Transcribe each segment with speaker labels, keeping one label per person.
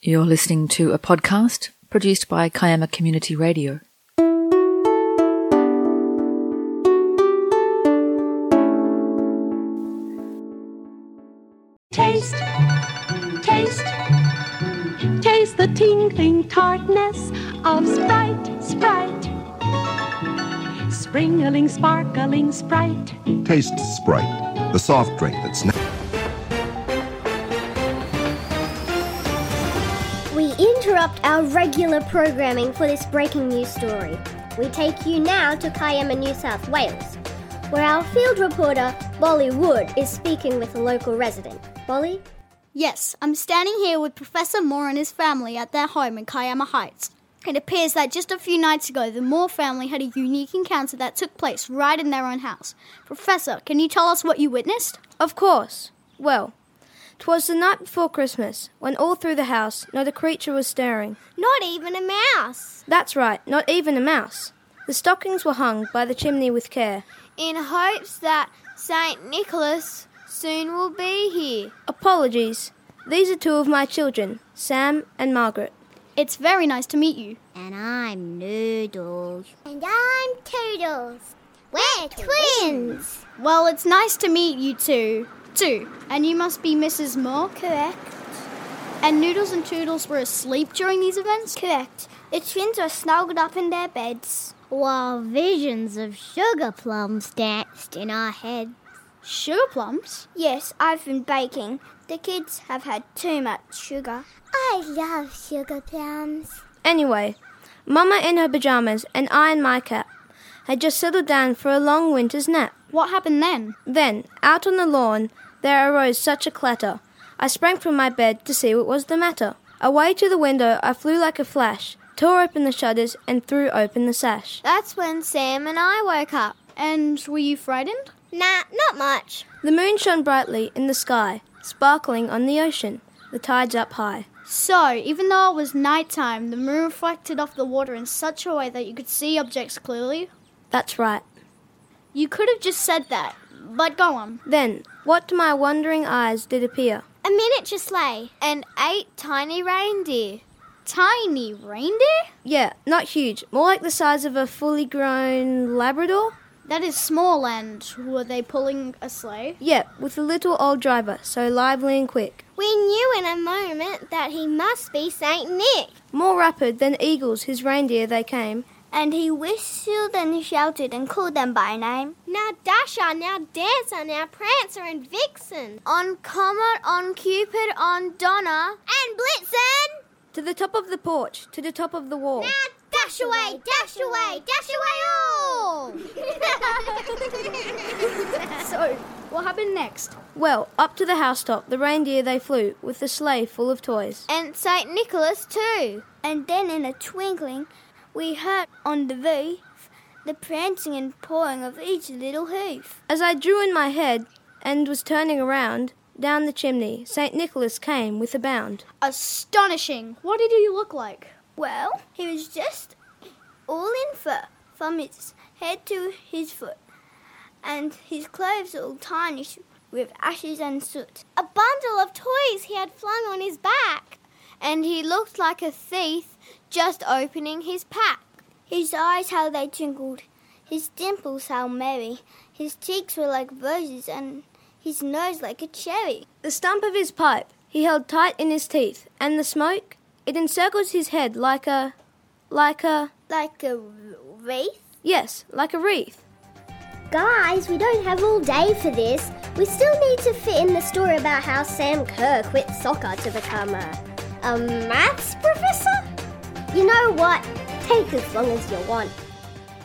Speaker 1: You're listening to a podcast produced by Kayama Community Radio.
Speaker 2: Taste, taste, taste the tingling tartness of Sprite, Sprite. Sprinkling, sparkling Sprite.
Speaker 3: Taste Sprite, the soft drink that's now.
Speaker 4: We interrupt our regular programming for this breaking news story. We take you now to Kiama, New South Wales, where our field reporter, Bolly Wood, is speaking with a local resident. Bolly?
Speaker 5: Yes, I'm standing here with Professor Moore and his family at their home in Kiama Heights. It appears that just a few nights ago, the Moore family had a unique encounter that took place right in their own house. Professor, can you tell us what you witnessed?
Speaker 6: Of course. Well, 'twas the night before Christmas, when all through the house not a creature was stirring.
Speaker 5: Not even a mouse.
Speaker 6: That's right, not even a mouse. The stockings were hung by the chimney with care.
Speaker 5: In hopes that St. Nicholas soon will be here.
Speaker 6: Apologies. These are two of my children, Sam and Margaret.
Speaker 5: It's very nice to meet you.
Speaker 7: And I'm Noodles.
Speaker 4: And I'm Toodles.
Speaker 7: We're twins!
Speaker 5: Well, it's nice to meet you two. Two. And you must be Mrs. Moore? Correct. And Noodles and Toodles were asleep during these events? Correct. The twins were snuggled up in their beds.
Speaker 7: While visions of sugar plums danced in our heads.
Speaker 5: Sugar plums?
Speaker 8: Yes, I've been baking. The kids have had too much sugar.
Speaker 4: I love sugar plums.
Speaker 6: Anyway, Mama in her pajamas and I in my cap had just settled down for a long winter's nap.
Speaker 5: What happened then?
Speaker 6: Then, out on the lawn, there arose such a clatter. I sprang from my bed to see what was the matter. Away to the window I flew like a flash, tore open the shutters, and threw open the sash.
Speaker 5: That's when Sam and I woke up. And were you frightened?
Speaker 8: Nah, not much.
Speaker 6: The moon shone brightly in the sky, sparkling on the ocean, the tides up high.
Speaker 5: So, even though it was nighttime, the moon reflected off the water in such a way that you could see objects clearly.
Speaker 6: That's right.
Speaker 5: You could have just said that, but go on.
Speaker 6: Then, what to my wondering eyes did appear?
Speaker 8: A miniature sleigh and eight tiny reindeer.
Speaker 5: Tiny reindeer?
Speaker 6: Yeah, not huge, more like the size of a fully grown Labrador?
Speaker 5: That is small, and were they pulling a sleigh?
Speaker 6: Yep, with a little old driver, so lively and quick.
Speaker 8: We knew in a moment that he must be Saint Nick.
Speaker 6: More rapid than eagles his reindeer they came.
Speaker 8: And he whistled and shouted and called them by name.
Speaker 4: Now Dasher, now Dancer, now Prancer and Vixen.
Speaker 5: On Comet, on Cupid, on Donna.
Speaker 8: And Blitzen!
Speaker 6: To the top of the porch, to the top of the wall.
Speaker 8: Now dash away, dash away, dash away all!
Speaker 5: So, what happened next?
Speaker 6: Well, up to the housetop, the reindeer they flew, with the sleigh full of toys.
Speaker 5: And St. Nicholas, too.
Speaker 8: And then in a twinkling, we heard on the roof the prancing and pawing of each little hoof.
Speaker 6: As I drew in my head and was turning around, down the chimney, St. Nicholas came with a bound.
Speaker 5: Astonishing. What did he look like?
Speaker 8: Well, he was just all in fur, from his head to his foot, and his clothes all tarnished with ashes and soot.
Speaker 4: A bundle of toys he had flung on his back.
Speaker 5: And he looked like a thief just opening his pack.
Speaker 8: His eyes, how they twinkled, his dimples, how merry, his cheeks were like roses, and his nose like a cherry.
Speaker 6: The stump of his pipe he held tight in his teeth, and the smoke, it encircles his head like a. like a.
Speaker 8: Like a wreath?
Speaker 6: yes, like a wreath.
Speaker 4: Guys, we don't have all day for this. We still need to fit in the story about how Sam Kerr quit soccer to become a, a maths professor? You know what? Take as long as you want.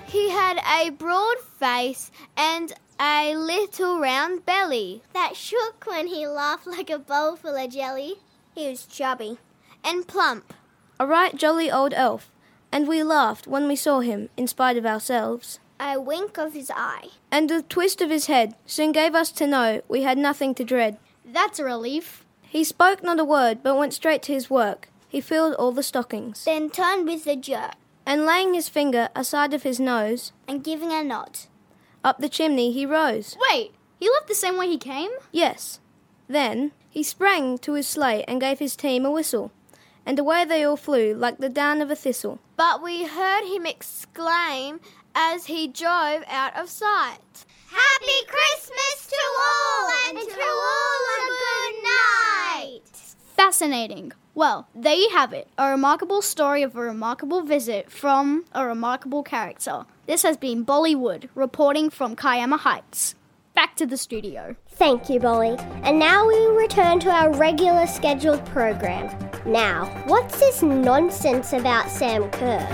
Speaker 5: He had a broad face and a little round belly.
Speaker 8: That shook when he laughed like a bowl full of jelly. He was chubby.
Speaker 5: And plump.
Speaker 6: A right jolly old elf, and we laughed when we saw him, in spite of ourselves.
Speaker 8: A wink of his eye.
Speaker 6: And the twist of his head soon gave us to know we had nothing to dread.
Speaker 5: That's a relief.
Speaker 6: He spoke not a word, but went straight to his work. He filled all the stockings,
Speaker 8: Then turned with a jerk
Speaker 6: and laying his finger aside of his nose,
Speaker 8: and giving a nod.
Speaker 6: up the chimney he rose.
Speaker 5: Wait, he left the same way he came?
Speaker 6: Yes. Then he sprang to his sleigh and gave his team a whistle, and away they all flew like the down of a thistle.
Speaker 5: But we heard him exclaim as he drove out of sight.
Speaker 4: Happy Christmas to all and to all a good night.
Speaker 5: Fascinating. Well, there you have it a remarkable story of a remarkable visit from a remarkable character. This has been Bollywood reporting from Kiama Heights. Back to the studio.
Speaker 4: Thank you, Bolly. And now we return to our regular scheduled program. Now, what's this nonsense about Sam Kerr?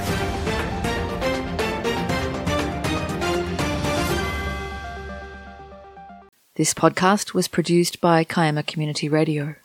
Speaker 1: This podcast was produced by Kiama Community Radio.